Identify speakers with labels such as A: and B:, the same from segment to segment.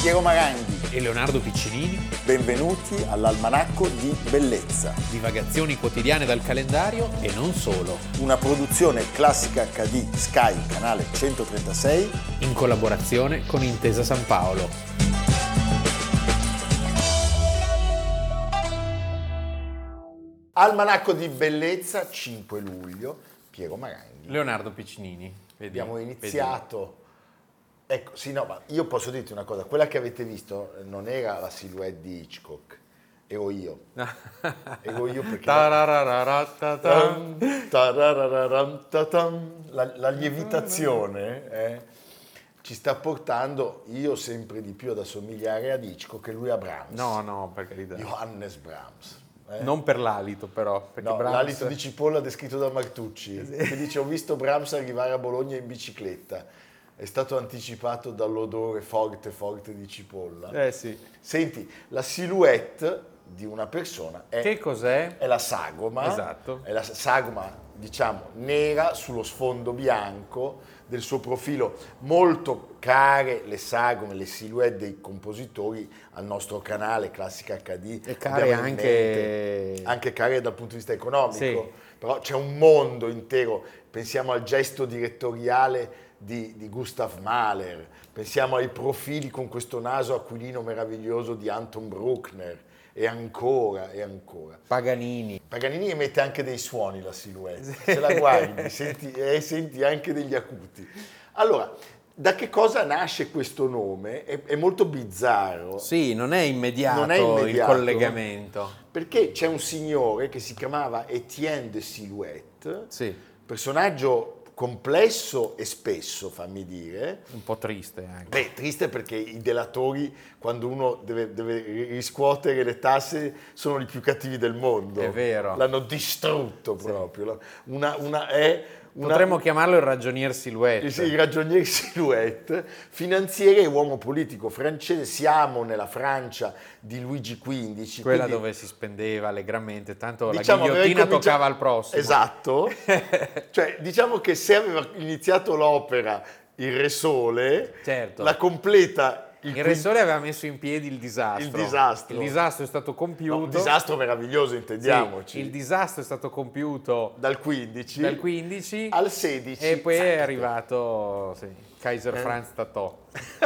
A: Piero Maranghi.
B: e Leonardo Piccinini,
A: Benvenuti all'Almanacco di Bellezza,
B: divagazioni quotidiane dal calendario e non solo,
A: una produzione classica HD Sky, canale 136.
B: in collaborazione con Intesa San Paolo.
A: Almanacco di Bellezza, 5 luglio, Piero Maranghi.
B: Leonardo Piccinini, vedi,
A: Abbiamo
B: vedi.
A: iniziato. Ecco, sì, no, ma io posso dirti una cosa, quella che avete visto non era la silhouette di Hitchcock, ero io. Ero io perché...
B: Tararararatatam.
A: Tararararam, tatam. La, la lievitazione eh, ci sta portando io sempre di più ad assomigliare a Hitchcock che lui a Brahms.
C: No, no, per carità.
A: Johannes Brahms. eh.
C: Non per l'alito, però. Perché
A: No,
C: Brahms-
A: l'alito di cipolla descritto da Martucci, che dice ho visto Brahms arrivare a Bologna in bicicletta, è stato anticipato dall'odore forte forte di cipolla.
C: Eh sì.
A: Senti, la silhouette di una persona è,
C: Che cos'è?
A: è la sagoma,
C: Esatto.
A: è la sagoma diciamo nera sullo sfondo bianco del suo profilo, molto care le sagome, le silhouette dei compositori al nostro canale Classica HD.
C: E care
A: Abbiamo in mente-
C: anche...
A: anche carriera dal punto di vista economico,
C: Sì.
A: però c'è un mondo intero, pensiamo al gesto direttoriale di, di Gustav Mahler, pensiamo ai profili con questo naso aquilino meraviglioso di Anton Bruckner e ancora e ancora.
C: Paganini.
A: Paganini emette anche dei suoni la silhouette, se la guardi senti, e senti anche degli acuti. Allora, da che cosa nasce questo nome? È, è molto bizzarro.
C: Sì, non è immediato,
A: Non è immediato.
C: il collegamento.
A: Perché c'è un signore che si chiamava Etienne de Silhouette,
C: Sì.
A: personaggio complesso e spesso, fammi dire.
C: Un po' triste anche.
A: Beh, triste perché i delatori, quando uno deve, deve riscuotere le tasse, sono i più cattivi del mondo.
C: È vero.
A: L'hanno distrutto proprio. Una, una- è una-
C: Potremmo chiamarlo il ragionier silhouette.
A: il, il ragioniere Silhouette, finanziere e uomo politico francese, siamo nella Francia di Luigi XV.
C: Quella
A: quindi-
C: dove si spendeva allegramente, tanto la
A: avrei
C: ghigliottina
A: cominciato-
C: toccava al prossimo.
A: Esatto. cioè, diciamo che se aveva iniziato l'opera il Re Sole,
C: Certo.
A: la completa
C: Il Re
A: quin-
C: Sole aveva messo in piedi il disastro.
A: Il disastro.
C: Il disastro è stato compiuto.
A: No, un disastro meraviglioso,
C: Sì,
A: intendiamoci.
C: il disastro è stato compiuto
A: dal 15,
C: dal 15
A: al Esatto. 16
C: e poi è
A: zac.
C: arrivato sì, Kaiser
A: Eh.
C: Franz Tatò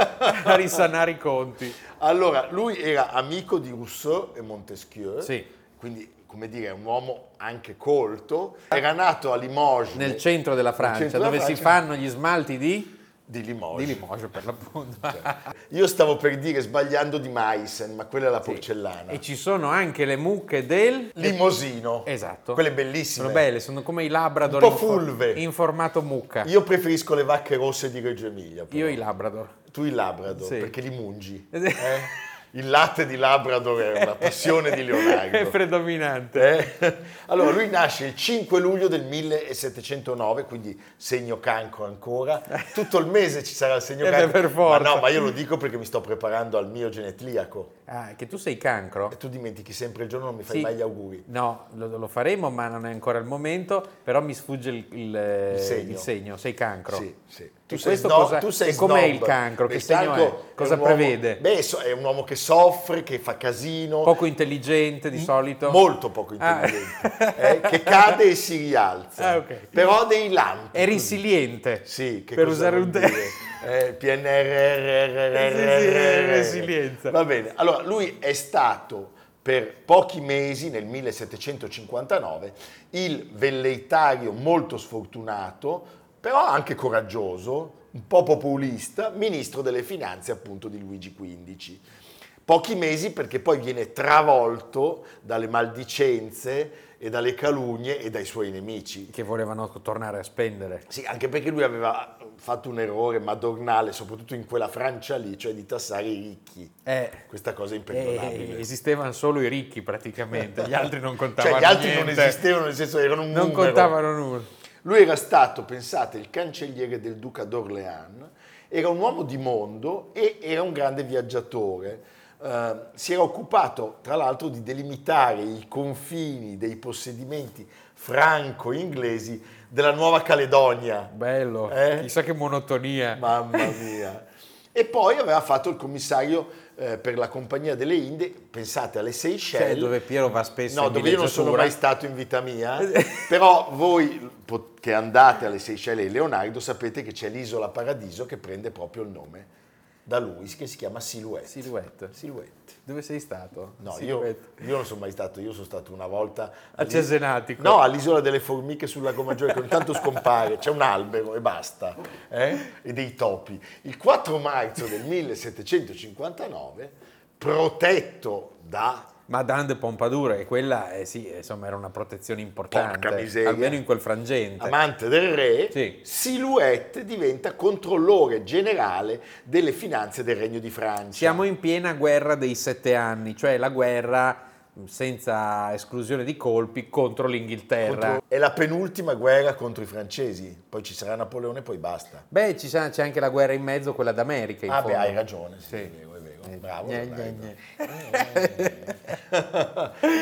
C: a risanare i conti.
A: Allora, lui era amico di Rousseau e Montesquieu,
C: Sì.
A: quindi come dire, un uomo anche colto, era nato a Limoges
C: Nel centro della Francia,
A: centro della
C: dove si
A: Francia.
C: fanno gli smalti di,
A: di Limoges.
C: di Limoges per l'appunto.
A: Cioè, Io stavo per dire sbagliando di Meissen, ma quella è la porcellana.
C: e ci sono anche le mucche del...
A: Limosino.
C: Esatto.
A: Quelle bellissime.
C: Sono belle, sono come i Labrador
A: Un po'
C: in for-
A: fulve.
C: in formato mucca. Io,
A: Io preferisco le vacche rosse di Reggio Emilia. però.
C: i Labrador.
A: Tu il Labrador,
C: Sì.
A: perché li mungi.
C: Sì.
A: eh? Il latte di Labrador è una passione di
C: È
A: Leonardo.
C: predominante.
A: Eh? Allora, lui nasce il 5 luglio del 1709, quindi segno cancro ancora. Tutto il mese ci sarà il segno
C: Eh beh,
A: cancro.
C: per forza.
A: Ma no, ma io lo dico perché mi sto preparando al mio genetliaco.
C: Ah, che tu sei cancro?
A: E tu dimentichi sempre il giorno, non mi fai
C: Sì.
A: mai gli auguri.
C: No, lo, lo faremo, ma non è ancora il momento. Però mi sfugge il, il-
A: Il segno.
C: il Sei cancro.
A: Sì, sì.
C: E questo
A: snob-
C: cosa- e com'è
A: snob.
C: il cancro? Che
A: Il
C: segno
A: cancro
C: è? Cosa
A: un uomo-
C: prevede?
A: beh, so- è un uomo che soffre, che fa casino,
C: Poco intelligente di solito.
A: molto poco
C: Ah.
A: intelligente, eh, che cade e si rialza,
C: Ah, ok.
A: però dei lampi.
C: È resiliente.
A: Sì, che
C: per
A: cosa
C: usare
A: vuol
C: un
A: dire?
C: termine.
A: Eh, PNRR.
C: Sì, sì, è resilienza.
A: Va bene, allora lui è stato per pochi mesi, nel 1759, il velleitario molto sfortunato, però anche coraggioso, un po' populista, ministro delle finanze appunto di Luigi XV. Pochi mesi perché poi viene travolto dalle maldicenze e dalle calunnie e dai suoi nemici.
C: Che volevano tornare a spendere.
A: Sì, anche perché lui aveva fatto un errore madornale, soprattutto in quella Francia lì, cioè di tassare i ricchi.
C: Eh,
A: Questa cosa è imperdonabile.
C: eh, esistevano solo i ricchi praticamente, gli altri non contavano
A: cioè, gli altri non
C: niente.
A: esistevano, nel senso erano un
C: Non
A: numero.
C: contavano nulla.
A: Lui era stato, pensate, il cancelliere del duca d'Orléans, era un uomo di mondo e era un grande viaggiatore. Eh, si era occupato, tra l'altro, di delimitare i confini dei possedimenti franco-inglesi della Nuova Caledonia.
C: Bello,
A: Eh?
C: chissà che monotonia.
A: Mamma mia. E poi aveva fatto il commissario eh, per la Compagnia delle Indie, pensate alle Seychelles.
C: Cioè, dove Piero va spesso
A: No,
C: in
A: dove io non sono mai
C: villeggiatura.
A: stato in vita mia, però voi po- che andate alle Seychelles e Leonardo sapete che c'è l'isola Paradiso che prende proprio il nome da lui, che si chiama Silhouette.
D: Silhouette.
A: Silhouette.
D: Dove sei stato?
A: No, io,
D: Silhouette.
A: io non sono mai stato, io sono stato una volta...
D: A
A: all'is-
D: Cesenatico.
A: No, all'isola delle formiche sul lago Maggiore, che ogni tanto scompare, c'è un albero e basta, eh? e dei topi. Il 4 marzo del 1759, protetto da
C: Madame de Pompadour, e quella eh, sì, insomma, era una protezione importante,
A: Porca miseria.
C: almeno in quel frangente.
A: amante del re,
C: Sì.
A: Silhouette diventa controllore generale delle finanze del Regno di Francia.
C: Siamo in piena guerra dei sette anni, cioè la guerra mh, senza esclusione di colpi contro l'Inghilterra.
A: Contro- È la penultima guerra contro i francesi, poi ci sarà Napoleone e poi basta.
C: Beh, ci sa- c'è anche la guerra in mezzo, quella d'America. In
A: ah beh,
C: fondo.
A: hai ragione, sì,
C: Sì.
A: è vero, è
C: Eh,
A: vero. Bravo.
C: Gne,
A: Leonardo.
C: gne,
A: Eh.
C: Eh.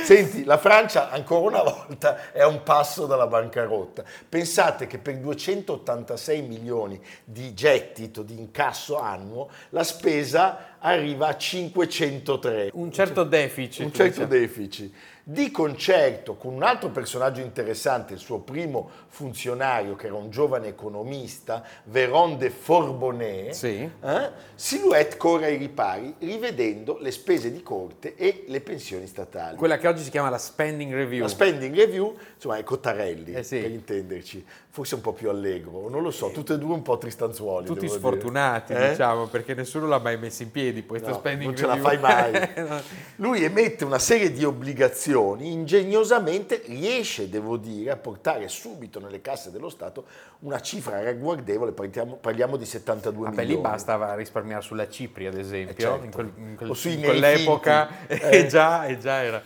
A: Senti, la Francia ancora una volta è a un passo dalla bancarotta. Pensate che per 286 milioni di gettito, di incasso annuo, la spesa arriva a 503.
D: Un certo deficit.
A: un certo
D: diciamo.
A: deficit. Di concerto con un altro personaggio interessante, il suo primo funzionario, che era un giovane economista, Véron de Forbonnet,
C: Sì.
A: eh, Silhouette corre ai ripari, rivedendo le spese di corte e le pensioni statali.
C: Quella che oggi si chiama la spending review.
A: La spending review, insomma, è Cottarelli,
C: Eh sì.
A: per intenderci, forse un po' più allegro, non lo so, tutte e due un po' tristanzuoli.
D: Tutti
A: devo dire.
D: sfortunati,
A: Eh?
D: diciamo, perché nessuno l'ha mai messo in piedi questa
A: No,
D: spending
A: non ce la fai
D: review. Eh,
A: mai. Lui emette una serie di obbligazioni, ingegnosamente riesce, devo dire, a portare subito nelle casse dello Stato una cifra ragguardevole, parliamo, parliamo di 72
C: Vabbè, lì
A: milioni.
C: bastava risparmiare sulla Cipri, ad esempio,
A: Eh, certo.
C: in, quel- in quel-
A: O sui
C: in
A: miei
C: quell'epoca.
A: finti. Eh.
C: e già, e già era.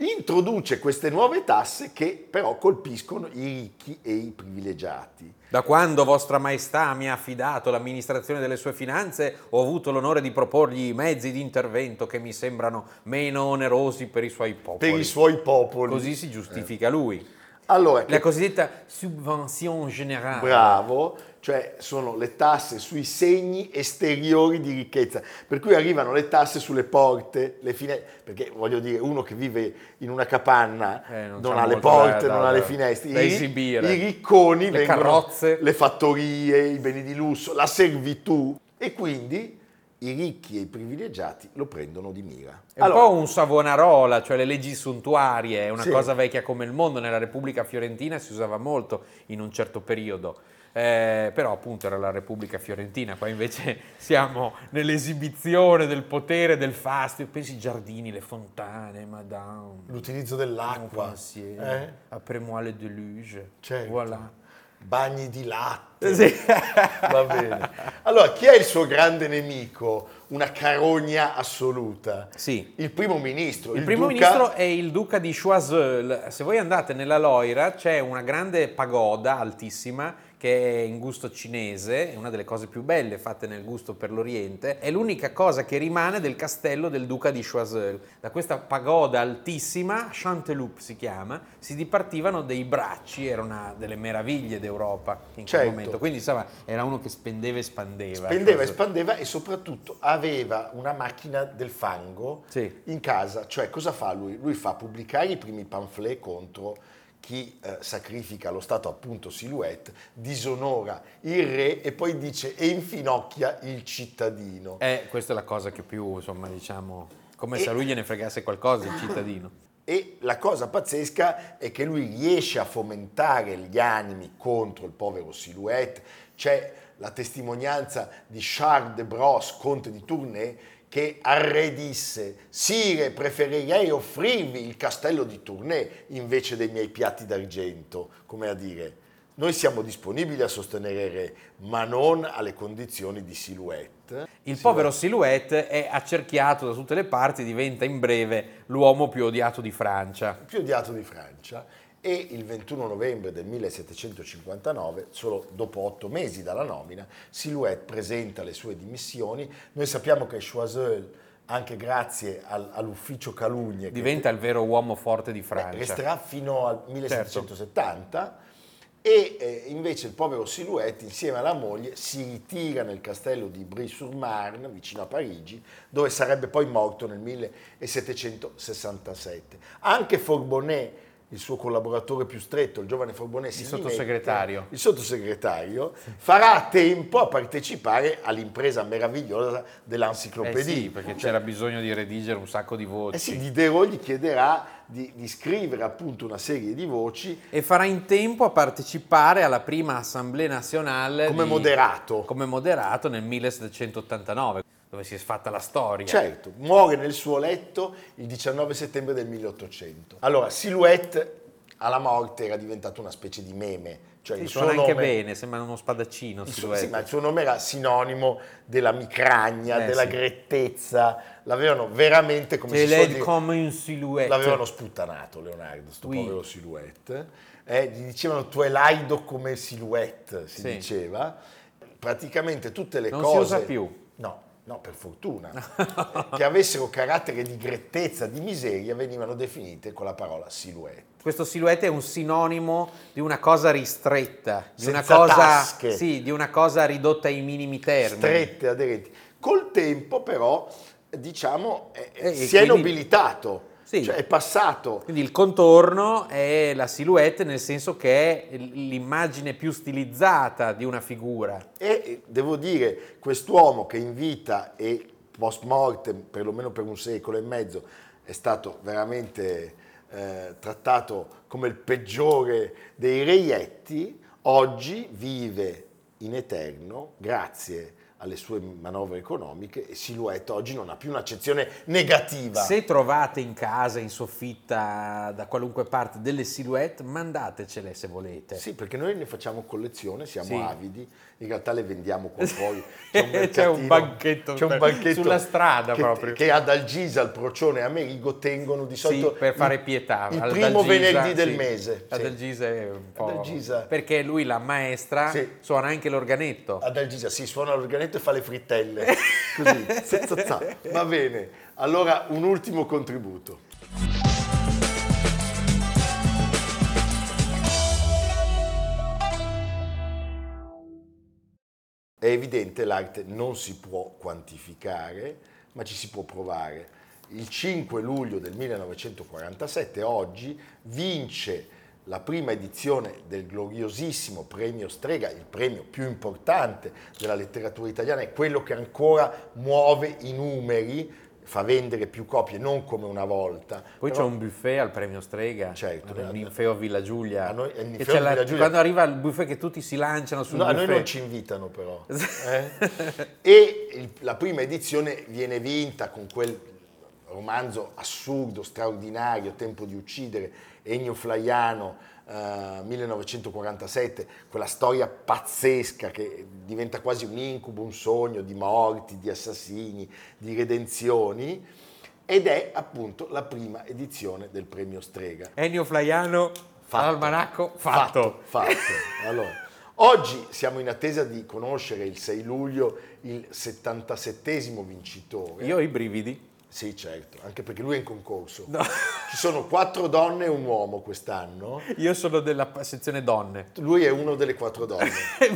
A: Introduce queste nuove tasse che però colpiscono i ricchi e i privilegiati.
C: Da quando Vostra Maestà mi ha affidato l'amministrazione delle sue finanze, ho avuto l'onore di proporgli i mezzi di intervento che mi sembrano meno onerosi per i suoi popoli.
A: Per i suoi popoli.
C: Così si giustifica lui.
A: Allora,
C: La
A: che
C: cosiddetta subvention generale.
A: Bravo, cioè sono le tasse sui segni esteriori di ricchezza, per cui arrivano le tasse sulle porte, le finestre, perché voglio dire, uno che vive in una capanna
C: Eh, non
A: non,
C: c'ha
A: ha le
C: molto
A: porte,
C: da-
A: non
C: da-
A: ha le finestre,
C: da
A: I-
C: esibire.
A: i ricconi,
C: Le
A: vengono-
C: carrozze.
A: le fattorie, i beni di lusso, la servitù e quindi i ricchi e i privilegiati lo prendono di mira.
C: È un po' un Savonarola, cioè le leggi suntuarie, è una
A: Sì.
C: cosa vecchia come il mondo, nella Repubblica Fiorentina si usava molto in un certo periodo, Eh, però appunto era la Repubblica Fiorentina, qua invece siamo nell'esibizione del potere, del fastidio, pensi ai giardini, le fontane, madame,
A: l'utilizzo dell'acqua, eh?
C: après-moi le deluge,
A: Certo.
C: voilà.
A: bagni di latte.
C: Sì.
A: Va bene. Allora, chi è il suo grande nemico? Una carogna assoluta.
C: Sì.
A: Il primo ministro.
C: Il, primo
A: duca-
C: ministro è il duca di Choiseul. Se voi andate nella Loira c'è una grande pagoda altissima che è in gusto cinese, è una delle cose più belle fatte nel gusto per l'Oriente, è l'unica cosa che rimane del castello del duca di Choiseul. Da questa pagoda altissima, Chanteloup si chiama, si dipartivano dei bracci, era una delle meraviglie d'Europa in quel
A: Certo.
C: momento. Quindi insomma, era uno che spendeva e spandeva.
A: Spendeva e
C: Choiseul.
A: spandeva e soprattutto aveva una macchina del fango
C: Sì.
A: in casa. Cioè, cosa fa lui? Lui fa pubblicare i primi pamphlet contro chi eh, sacrifica lo Stato, appunto, silhouette, disonora il re e poi dice e infinocchia il cittadino.
C: Eh, questa è la cosa che più, insomma, diciamo, come se
A: E-
C: a lui gliene fregasse qualcosa il cittadino.
A: E la cosa pazzesca è che lui riesce a fomentare gli animi contro il povero Silhouette. C'è la testimonianza di Charles de Brosse, conte di Tournai, che al re disse: Sire, preferirei offrirvi il castello di Tournai invece dei miei piatti d'argento. Come a dire, noi siamo disponibili a sostenere il re, ma non alle condizioni di Silhouette.
C: Il povero Silhouette è accerchiato da tutte le parti, diventa in breve l'uomo più odiato di Francia.
A: più odiato di Francia e il 21 novembre del 1759, solo dopo otto mesi dalla nomina, Silhouette presenta le sue dimissioni. Noi sappiamo che Choiseul, anche grazie al- all'ufficio Calugne, che- Eh,
C: Diventa il vero uomo forte di
A: Beh,
D: Certo.
C: Francia.
A: resterà fino al 1770 E eh, invece il povero Silhouette, insieme alla moglie, si ritira nel castello di Brie-sur-Marne, vicino a Parigi, dove sarebbe poi morto nel 1767. Anche Forbonnet, il suo collaboratore più stretto, il giovane Forbonnet, si dimette,
C: sottosegretario.
A: il sottosegretario, farà tempo a partecipare all'impresa meravigliosa
D: Eh
A: dell'enciclopedia. Cioè,
D: sì, perché c'era bisogno di redigere un sacco di voci.
A: Eh sì, Diderot gli chiederà di, di scrivere appunto una serie di voci
C: E farà in tempo a partecipare alla prima Assemblea Nazionale
A: come
C: di-
A: moderato.
C: come moderato nel 1789, dove si è fatta la storia.
A: Certo, muore nel suo letto il 19 settembre del 1800. Allora, Silhouette alla morte era diventato una specie di meme, cioè
C: Sì,
A: il suo
C: suona
A: nome
C: anche bene, sembra uno spadaccino.
A: il suo,
C: silhouette.
A: sì, ma il suo nome era sinonimo della micragna,
C: Eh,
A: della
C: sì.
A: grettezza, l'avevano veramente come
C: Cioè,
A: si suol
C: lei
A: dire,
C: come un silhouette.
A: l'avevano sputtanato Leonardo, sto
C: Ui.
A: povero Silhouette. Eh, gli dicevano tu hai laido come Silhouette, si
C: Sì.
A: diceva. Praticamente tutte le
C: Non si
A: cose...
C: usa più.
A: No, no, per fortuna. che avessero carattere di grettezza, di miseria, venivano definite con la parola silhouette.
C: Questo silhouette è un sinonimo di una cosa ristretta, di una
A: Senza
C: cosa,
A: tasche.
C: sì, di una cosa ridotta ai minimi termini.
A: Strette, aderenti. Col tempo però, diciamo, eh, eh,
C: E- e
A: si è
C: quindi-
A: nobilitato.
C: Sì.
A: Cioè è passato
C: Quindi il contorno è la silhouette nel senso che è l- l'immagine più stilizzata di una figura.
A: E eh, devo dire, quest'uomo che in vita e post mortem, perlomeno per un secolo e mezzo, è stato veramente eh, trattato come il peggiore dei reietti, oggi vive in eterno grazie alle sue manovre economiche e Silhouette oggi non ha più un'accezione negativa.
C: Se trovate in casa, in soffitta, da qualunque parte delle silhouette, mandatecele se volete.
A: Sì, perché noi ne facciamo collezione, siamo
C: Sì.
A: avidi, in realtà le vendiamo con voi.
C: C'è un banchetto
A: c'è un
C: per-
A: banchetto
C: sulla strada
A: che,
C: proprio.
A: Che ad Algisa, al Procione e a Merigo tengono di
C: Sì,
A: solito...
C: per fare
A: il-
C: pietà.
A: Il
C: Ad
A: primo
C: Algisa,
A: venerdì del
C: sì.
A: mese.
C: Ad
A: sì.
C: Algisa è un po'...
A: Ad Algisa.
C: Perché lui, la maestra,
A: Sì.
C: suona anche l'organetto.
A: Ad Algisa si suona l'organetto e fa le frittelle. Così, za, za, za. va bene. Allora, un ultimo contributo. È evidente, l'arte non si può quantificare, ma ci si può provare. Il 5 luglio del 1947, oggi, vince la prima edizione del gloriosissimo premio Strega, il premio più importante della letteratura italiana, è quello che ancora muove i numeri, fa vendere più copie, non come una volta.
C: Poi
A: però-
C: c'è un buffet al premio Strega,
A: Certo,
C: al
A: eh,
C: ninfeo a Villa Giulia.
A: a noi- al
C: che
A: Ninfeo
C: c'è
A: di
C: la-
A: Villa Giulia.
C: Quando arriva il buffet che tutti si lanciano sul
A: No, a
C: buffet.
A: noi non ci invitano però. eh? e il- la prima edizione viene vinta con quel romanzo assurdo, straordinario, Tempo di uccidere, Ennio Flaiano, eh, 1947, quella storia pazzesca che diventa quasi un incubo, un sogno di morti, di assassini, di redenzioni, ed è appunto la prima edizione del premio Strega.
C: Ennio Flaiano,
A: Fatto.
C: Almanacco, fatto.
A: Fatto. Allora, oggi siamo in attesa di conoscere il 6 luglio il 77esimo vincitore.
C: Io ho i brividi.
A: Sì, certo, anche perché lui è in concorso. Ci sono quattro donne e un uomo quest'anno.
C: Io sono della pa- sezione donne.
A: Lui è uno delle quattro donne.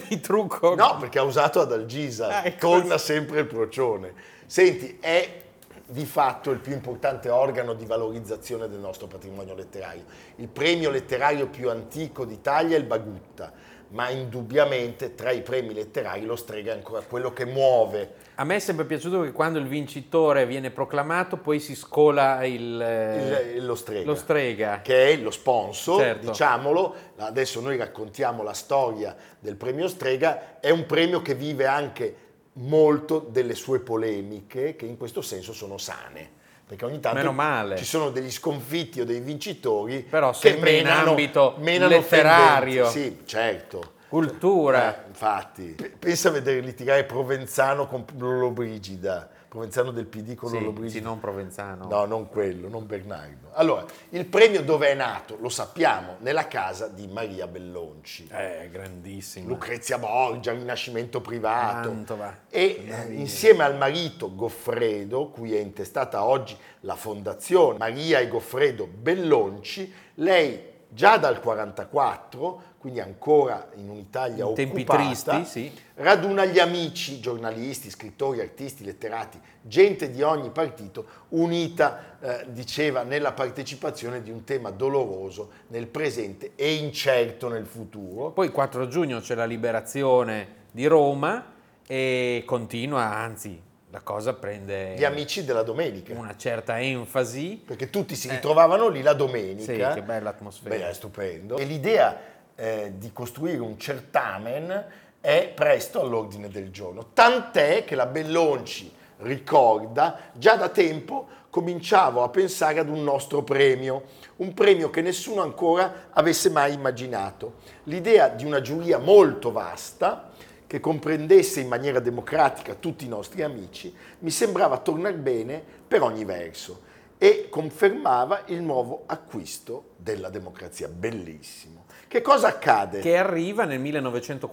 C: Mi trucco.
A: No, perché ha usato ad Algisa,
C: Ah, ecco.
A: torna sempre il procione. Senti, è di fatto il più importante organo di valorizzazione del nostro patrimonio letterario. Il premio letterario più antico d'Italia è il Bagutta, ma indubbiamente tra i premi letterari lo strega è ancora quello che muove
C: A me è sempre piaciuto che quando il vincitore viene proclamato poi si scola il, eh,
A: il- lo strega.
C: lo strega.
A: che è lo sponsor,
C: Cioè, Certo.
A: diciamolo, adesso noi raccontiamo la storia del premio Strega, è un premio che vive anche molto delle sue polemiche, che in questo senso sono sane, perché ogni tanto
C: Meno male.
A: ci sono degli sconfitti o dei vincitori
C: Però
A: che
C: sempre in
A: menano,
C: ambito
A: menano
C: letterario.
A: offendenti. Sì, certo.
C: Cultura.
A: Eh, infatti, P- pensa a vedere litigare Provenzano con Lollobrigida, Provenzano del PD con
C: Sì, sì,
A: Lollobrigida.
C: non Provenzano.
A: No, non quello, non Bernardo. Allora, il premio dove è nato? Lo sappiamo, nella casa di Maria Bellonci.
C: Eh, grandissimo.
A: Lucrezia Borgia, Rinascimento privato.
C: Mantova.
A: E eh, insieme al marito Goffredo, cui è intestata oggi la fondazione Maria e Goffredo Bellonci, lei già dal 44, quindi ancora in un'Italia
C: In tempi
A: occupata,
C: tristi, sì.
A: raduna gli amici, giornalisti, scrittori, artisti, letterati, gente di ogni partito unita, eh, diceva, nella partecipazione di un tema doloroso nel presente e incerto nel futuro.
C: Poi il 4 giugno c'è la liberazione di Roma e continua, anzi, la cosa prende
A: Gli amici della domenica,
C: una certa enfasi.
A: perché tutti si ritrovavano lì la domenica.
C: Eh. Sì, che bella atmosfera.
A: Beh, è stupendo. E l'idea eh, di costruire un certamen è presto all'ordine del giorno. Tant'è che la Bellonci ricorda, già da tempo cominciavo a pensare ad un nostro premio, un premio che nessuno ancora avesse mai immaginato. L'idea di una giuria molto vasta che comprendesse in maniera democratica tutti i nostri amici, mi sembrava tornar bene per ogni verso e confermava il nuovo acquisto della democrazia. Bellissimo. Che cosa accade?
C: che arriva nel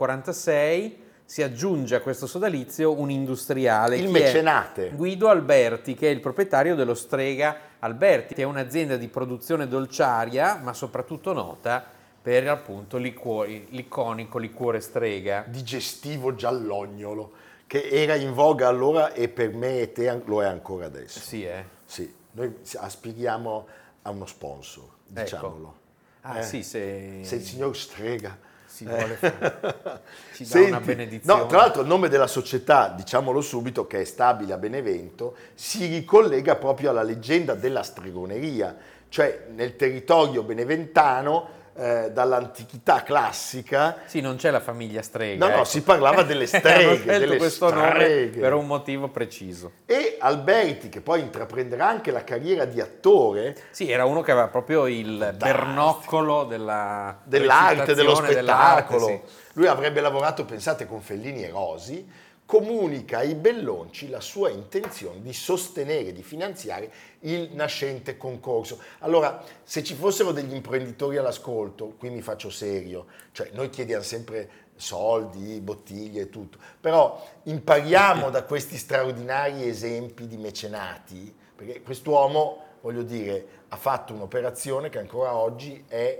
C: 1946, si aggiunge a questo sodalizio un industriale.
A: Il
C: Chi è?
A: mecenate.
C: Guido Alberti, che è il proprietario dello Strega Alberti, che è un'azienda di produzione dolciaria, ma soprattutto nota per appunto liquori- l'iconico liquore Strega.
A: Digestivo giallognolo, che era in voga allora e per me e te an- lo è ancora adesso.
C: Sì, eh.
A: Sì, noi s- aspiriamo a uno sponsor,
C: Ecco.
A: diciamolo.
C: Ah,
A: Eh,
C: sì, se,
A: Se il signor strega
C: si vuole fare. Ci dà
A: Senti,
C: una benedizione.
A: No, tra l'altro il nome della società, diciamolo subito, che è stabile a Benevento, si ricollega proprio alla leggenda della stregoneria, cioè nel territorio beneventano eh, dall'antichità classica.
C: Sì, non c'è la famiglia strega.
A: No, no,
C: ecco.
A: si parlava delle streghe,
C: Hanno scelto
A: delle
C: questo
A: streghe.
C: nome per un motivo preciso.
A: E Alberti, che poi intraprenderà anche la carriera di attore
C: Sì, era uno che aveva proprio il bernoccolo della
A: dell'arte, dello
C: recitazione, dell'arte,
A: spettacolo,
C: sì.
A: lui avrebbe lavorato, pensate, con Fellini e Rosi, comunica ai Bellonci la sua intenzione di sostenere, di finanziare il nascente concorso. Allora, se ci fossero degli imprenditori all'ascolto, qui mi faccio serio, cioè noi chiediamo sempre soldi, bottiglie e tutto, però impariamo da questi straordinari esempi di mecenati, perché quest'uomo, voglio dire, ha fatto un'operazione che ancora oggi è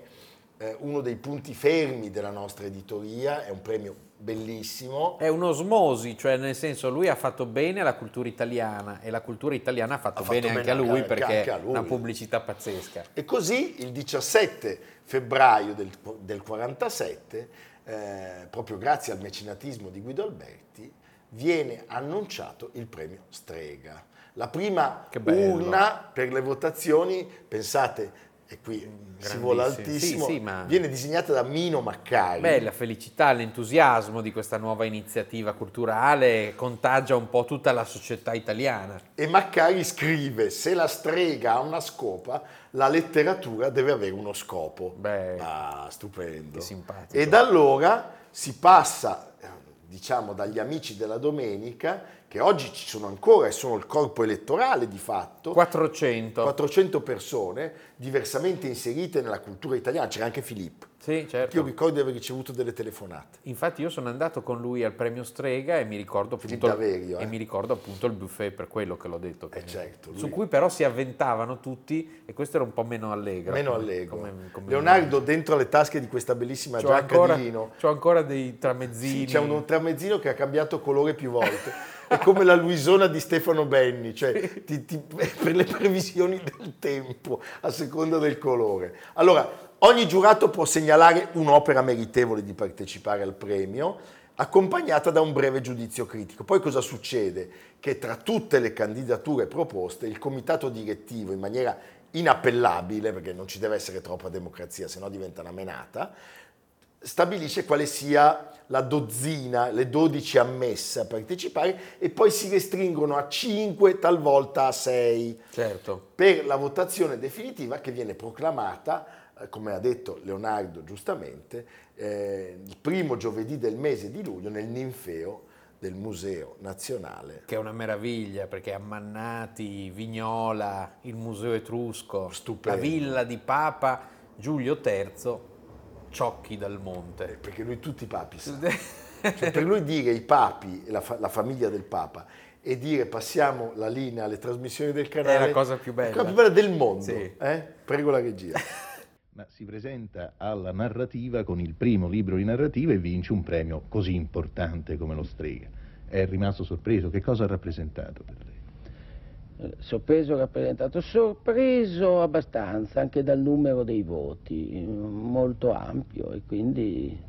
A: eh, uno dei punti fermi della nostra editoria, è un premio bellissimo.
C: È un'osmosi, cioè nel senso lui ha fatto bene alla cultura italiana e la cultura italiana ha fatto,
A: Ha fatto
C: bene, anche a
A: bene
C: lui
A: anche-
C: perché
A: anche a
C: è
A: lui.
C: una pubblicità pazzesca.
A: E così il 17 febbraio del, del 47, eh, proprio grazie al mecenatismo di Guido Alberti, viene annunciato il premio Strega. La prima
C: Che bello.
A: urna per le votazioni, pensate, e qui si vola
C: Grandissimo.
A: altissimo,
C: Sì, sì, ma-
A: viene disegnata da Mino Maccari.
C: Beh, la felicità, l'entusiasmo di questa nuova iniziativa culturale contagia un po' tutta la società italiana.
A: E Maccari scrive: Se la strega ha una scopa, la letteratura deve avere uno scopo.
C: Beh,
A: ah, stupendo.
C: che simpatico.
A: E da allora si passa, eh, diciamo, dagli amici della domenica, che oggi ci sono ancora e sono il corpo elettorale di fatto.
C: 400.
A: 400 persone diversamente inserite nella cultura italiana, c'era anche Filippo.
C: Sì, certo.
A: Io ricordo di aver ricevuto delle telefonate.
C: Infatti io sono andato con lui al premio Strega e mi ricordo appunto,
A: Fin da verio, eh.
C: e mi ricordo appunto il buffet per quello che l'ho detto.
A: Eh, certo, lui-
C: Su cui però si avventavano tutti e questo era un po' meno allegro.
A: Meno
C: come-
A: allegro.
C: come- come-
A: Leonardo, dentro le tasche di questa bellissima
C: C'ho
A: giacca
C: ancora,
A: di lino,
C: c'ho ancora dei
A: Sì,
C: tramezzini.
A: c'è un tramezzino che ha cambiato colore più volte. È come la Luisona di Stefano Benni, cioè ti- ti- per le previsioni del tempo a seconda del colore. Allora, ogni giurato può segnalare un'opera meritevole di partecipare al premio, accompagnata da un breve giudizio critico. Poi cosa succede? Che tra tutte le candidature proposte, il comitato direttivo, in maniera inappellabile, perché non ci deve essere troppa democrazia, sennò diventa una menata, stabilisce quale sia la dozzina, le 12 ammesse a partecipare e poi si restringono a 5, talvolta a 6
C: Certo.
A: per la votazione definitiva che viene proclamata, eh, come ha detto Leonardo giustamente, eh, il primo giovedì del mese di luglio nel ninfeo del Museo Nazionale.
C: Che è una meraviglia perché Ammannati, Vignola, il Museo Etrusco,
A: Stupendo.
C: la villa di Papa Giulio III, Ciocchi dal Monte.
A: Perché lui tutti i papi sa. Cioè, per lui dire i papi, la, fa- la famiglia del papa, e dire passiamo la linea alle trasmissioni del canale
C: È la cosa più bella.
A: la più bella del mondo.
C: Sì.
A: eh? Prego la regia.
E: ma si presenta alla narrativa con il primo libro di narrativa e vince un premio così importante come lo Strega. È rimasto sorpreso, che cosa ha rappresentato per lei?
F: Eh, Sorpreso rappresentato, sorpreso abbastanza anche dal numero dei voti, eh, molto ampio e quindi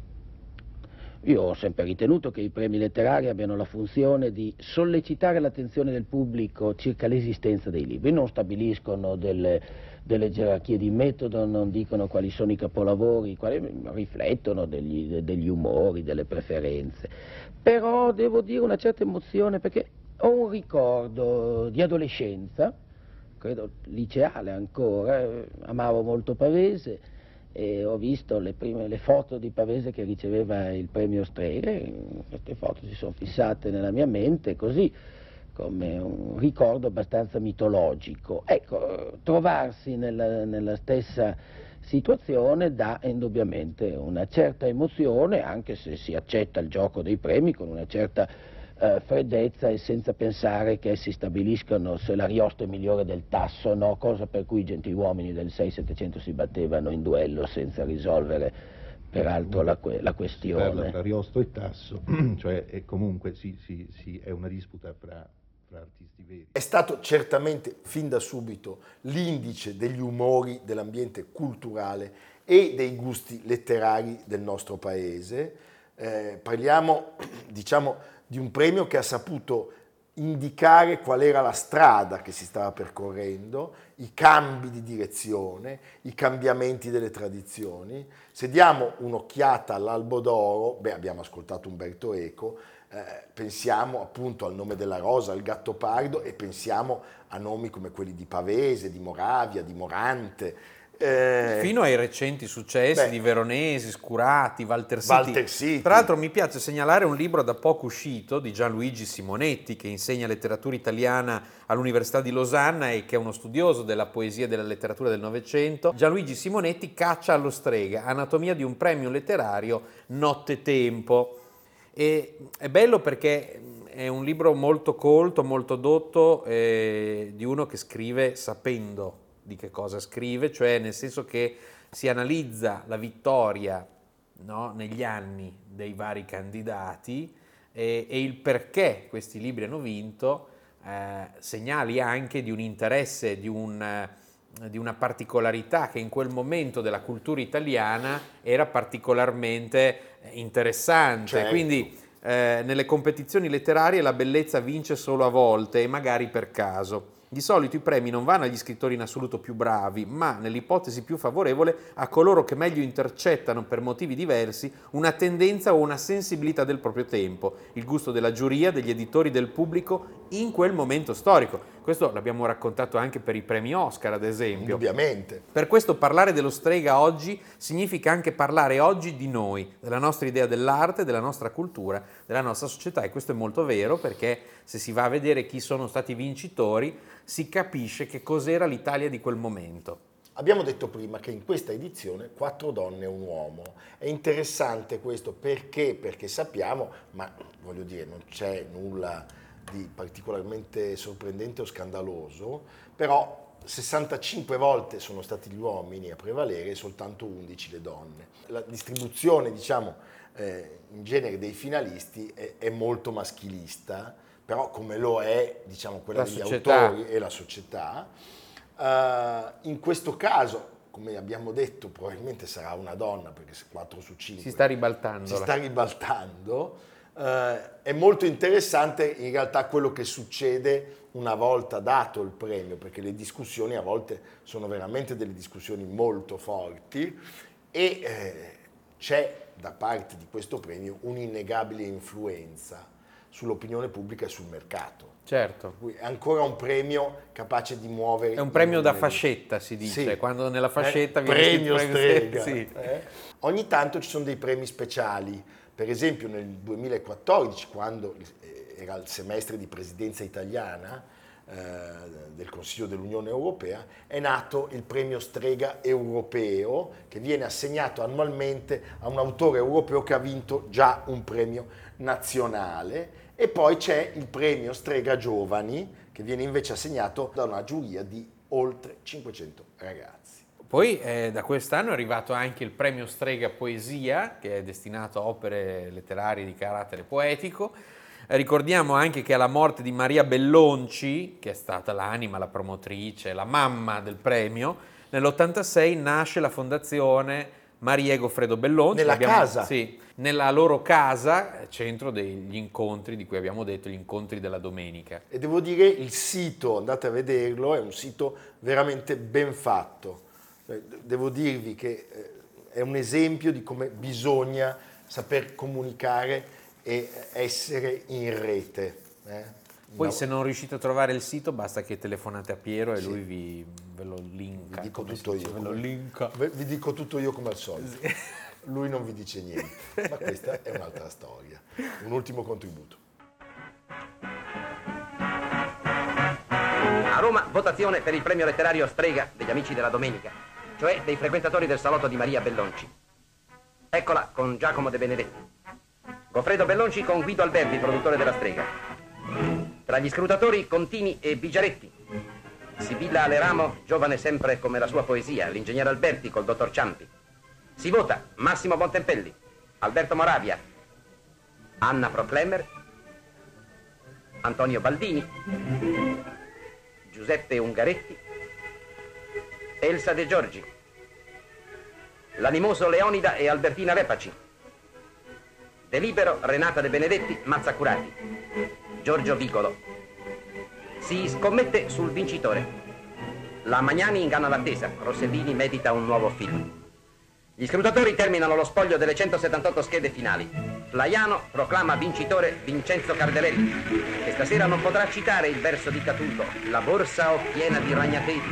F: io ho sempre ritenuto che i premi letterari abbiano la funzione di sollecitare l'attenzione del pubblico circa l'esistenza dei libri, non stabiliscono delle, delle gerarchie di metodo, non dicono quali sono i capolavori, quali, riflettono degli, de- degli umori, delle preferenze, però devo dire una certa emozione perché ho un ricordo di adolescenza, credo liceale ancora, eh, amavo molto Pavese e ho visto le, prime, le foto di Pavese che riceveva il premio Strega, e queste foto si sono fissate nella mia mente così come un ricordo abbastanza mitologico. Ecco, trovarsi nella, nella stessa situazione dà indubbiamente una certa emozione, anche se si accetta il gioco dei premi con una certa eh, freddezza e senza pensare che si stabiliscano se l'ariosto è migliore del tasso o no, cosa per cui i gentiluomini del 6-700 si battevano in duello senza risolvere peraltro la, que-
E: Si parla
F: la questione.
E: tra Ariosto e Tasso, cioè è comunque sì, sì, sì, è una disputa fra, fra artisti veri.
A: È stato certamente fin da subito l'indice degli umori dell'ambiente culturale e dei gusti letterari del nostro paese. Eh, parliamo, diciamo, di un premio che ha saputo indicare qual era la strada che si stava percorrendo, i cambi di direzione, i cambiamenti delle tradizioni. Se diamo un'occhiata all'Albo d'Oro, beh, abbiamo ascoltato Umberto Eco, eh, pensiamo appunto al nome della rosa, al gatto pardo e pensiamo a nomi come quelli di Pavese, di Moravia, di Morante. eh,
C: Fino ai recenti successi
A: Beh.
C: di Veronesi, Scurati, Walter City.
A: Walter City.
C: Tra l'altro mi piace segnalare un libro da poco uscito di Gianluigi Simonetti che insegna letteratura italiana all'Università di Losanna e che è uno studioso della poesia e della letteratura del Novecento. Gianluigi Simonetti caccia allo strega, anatomia di un premio letterario notte tempo. E è bello perché mm, è un libro molto colto, molto dotto, eh, di uno che scrive sapendo di che cosa scrive, cioè nel senso che si analizza la vittoria no, negli anni dei vari candidati eh, e il perché questi libri hanno vinto, eh, segnali anche di un interesse, di un, eh, di una particolarità che in quel momento della cultura italiana era particolarmente eh, interessante.
A: Certo.
C: Quindi eh, nelle competizioni letterarie la bellezza vince solo a volte e magari per caso. Di solito i premi non vanno agli scrittori in assoluto più bravi, ma nell'ipotesi più favorevole a coloro che meglio intercettano per motivi diversi una tendenza o una sensibilità del proprio tempo, il gusto della giuria, degli editori, del pubblico in quel momento storico. Questo l'abbiamo raccontato anche per i premi Oscar, ad esempio.
A: Indubbiamente.
C: Per questo parlare dello strega oggi significa anche parlare oggi di noi, della nostra idea dell'arte, della nostra cultura, della nostra società e questo è molto vero perché se si va a vedere chi sono stati i vincitori si capisce che cos'era l'Italia di quel momento.
A: Abbiamo detto prima che in questa edizione quattro donne e un uomo. È interessante questo perché? Perché sappiamo, ma voglio dire, non c'è nulla di particolarmente sorprendente o scandaloso, però 65 volte sono stati gli uomini a prevalere e soltanto 11 le donne. La distribuzione, diciamo, eh, in genere dei finalisti è, è molto maschilista, però come lo è, diciamo, quella
C: La
A: degli
C: società.
A: autori e la società. Eh, in questo caso, come abbiamo detto, probabilmente sarà una donna, perché se 4 su 5
C: Si sta ribaltando.
A: si sta ribaltando. Eh, è molto interessante in realtà quello che succede una volta dato il premio, perché le discussioni a volte sono veramente delle discussioni molto forti e eh, c'è da parte di questo premio un'innegabile influenza sull'opinione pubblica e sul mercato.
C: Certo.
A: Per cui È ancora un premio capace di muovere.
C: È un premio
A: i
C: da
A: numeri.
C: fascetta, si dice,
A: Sì.
C: quando nella fascetta
A: Eh,
C: viene
A: premio
C: scritto
A: strega.
C: sì.
A: eh. Ogni tanto ci sono dei premi speciali. Per esempio, nel 2014, quando eh, era il semestre di presidenza italiana eh, del Consiglio dell'Unione Europea, è nato il premio Strega europeo che viene assegnato annualmente a un autore europeo che ha vinto già un premio nazionale. E poi c'è il premio Strega Giovani che viene invece assegnato da una giuria di oltre 500 ragazzi.
C: Poi eh, da quest'anno è arrivato anche il premio Strega Poesia, che è destinato a opere letterarie di carattere poetico. Eh, Ricordiamo anche che alla morte di Maria Bellonci, che è stata l'anima, la promotrice, la mamma del premio, nell'86 nasce la fondazione Maria e Goffredo Bellonci.
A: Nella
C: Abbiamo-
A: casa?
C: Sì, nella loro casa, eh, centro degli incontri di cui abbiamo detto, gli incontri della domenica.
A: E devo dire il sito, andate a vederlo, è un sito veramente ben fatto. Eh, de- Devo dirvi che eh, è un esempio di come bisogna saper comunicare e essere in rete. eh.
C: Poi
A: No,
C: se non riuscite a trovare il sito basta che telefonate a Piero e
A: Sì.
C: lui vi, ve lo linka.
A: vi dico
C: come si
A: tutto
C: dice?
A: io.
C: Ve lo
A: come-
C: linka.
A: ve- Vi dico tutto io come al solito. Lui non vi dice niente, ma questa è un'altra storia. Un ultimo contributo.
G: A Roma, votazione per il premio letterario Strega degli Amici della Domenica, cioè dei frequentatori del salotto di Maria Bellonci. Eccola con Giacomo De Benedetti. Goffredo Bellonci con Guido Alberti, produttore della Strega. Tra gli scrutatori Contini e Bigiaretti. Sibilla Aleramo, giovane sempre come la sua poesia, l'ingegnere Alberti col dottor Ciampi. Si vota Massimo Bontempelli, Alberto Moravia, Anna Proclemer, Antonio Baldini, Giuseppe Ungaretti, Elsa De Giorgi, l'animoso Leonida e Albertina Repaci, Delibero Renata De Benedetti Mazzacurati, Giorgio Vicolo. Si scommette sul vincitore. La Magnani inganna l'attesa, Rossellini medita un nuovo film. Gli scrutatori terminano lo spoglio delle 178 schede finali. Flaiano proclama vincitore Vincenzo Cardelelli, che stasera non potrà citare il verso di Catuto, la borsa o piena di ragnateli.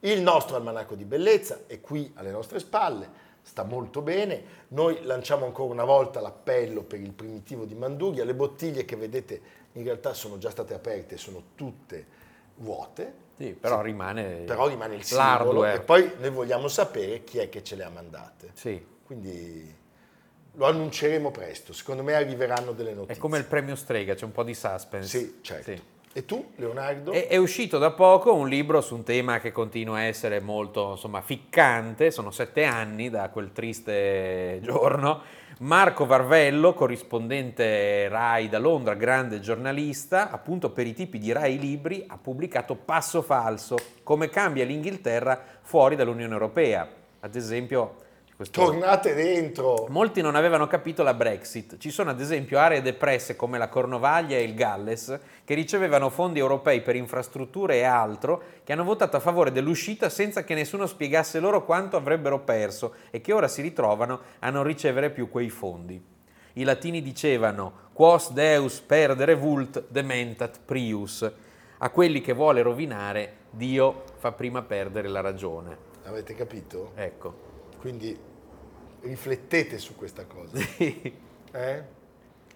A: Il nostro almanacco di bellezza è qui alle nostre spalle, sta molto bene. Noi lanciamo ancora una volta l'appello per il primitivo di Manduria. Le bottiglie che vedete in realtà sono già state aperte, sono tutte vuote.
C: Sì, però rimane eh.
A: Però rimane il simbolo
C: l'hardware.
A: e poi noi vogliamo sapere chi è che ce le ha mandate.
C: Sì.
A: Quindi lo annunceremo presto. Secondo me arriveranno delle notizie.
C: È come il premio Strega, c'è un po' di suspense.
A: Sì, certo.
C: Sì.
A: E tu, Leonardo?
C: È, è uscito da poco un libro su un tema che continua a essere molto insomma, ficcante, sono sette anni da quel triste giorno. Marco Varvello, corrispondente RAI da Londra, grande giornalista, appunto per i tipi di RAI libri, ha pubblicato Passo falso, come cambia l'Inghilterra fuori dall'Unione Europea. Ad esempio, questo...
A: Tornate dentro.
C: Molti non avevano capito la Brexit. Ci sono ad esempio aree depresse come la Cornovaglia e il Galles che ricevevano fondi europei per infrastrutture e altro che hanno votato a favore dell'uscita senza che nessuno spiegasse loro quanto avrebbero perso e che ora si ritrovano a non ricevere più quei fondi. I latini dicevano quos deus perdere vult dementat prius. A quelli che vuole rovinare Dio fa prima perdere la ragione.
A: Avete capito?
C: Ecco.
A: Quindi riflettete su questa cosa. Eh?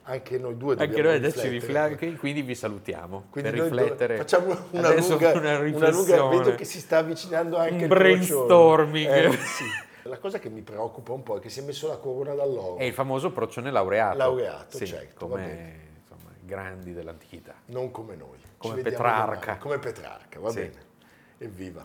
A: Anche noi due dobbiamo
C: Anche noi adesso ci
A: riflettere.
C: rifla- quindi vi salutiamo
A: Quindi
C: per
A: noi do-
C: riflettere.
A: facciamo una
C: Adesso
A: lunga, una lunga-
C: riflessione.
A: vedo che si sta avvicinando anche
C: Un
A: il procione.
C: brainstorming.
A: Eh, sì. La cosa che mi preoccupa un po' è che si è messo la corona d'alloro.
C: È il famoso procione laureato.
A: Laureato,
C: Sì,
A: certo, va bene.
C: Come insomma, i grandi dell'antichità.
A: Non come noi. Ci
C: Come
A: vediamo
C: Petrarca.
A: domani. Come Petrarca, va
C: Sì.
A: bene. Evviva.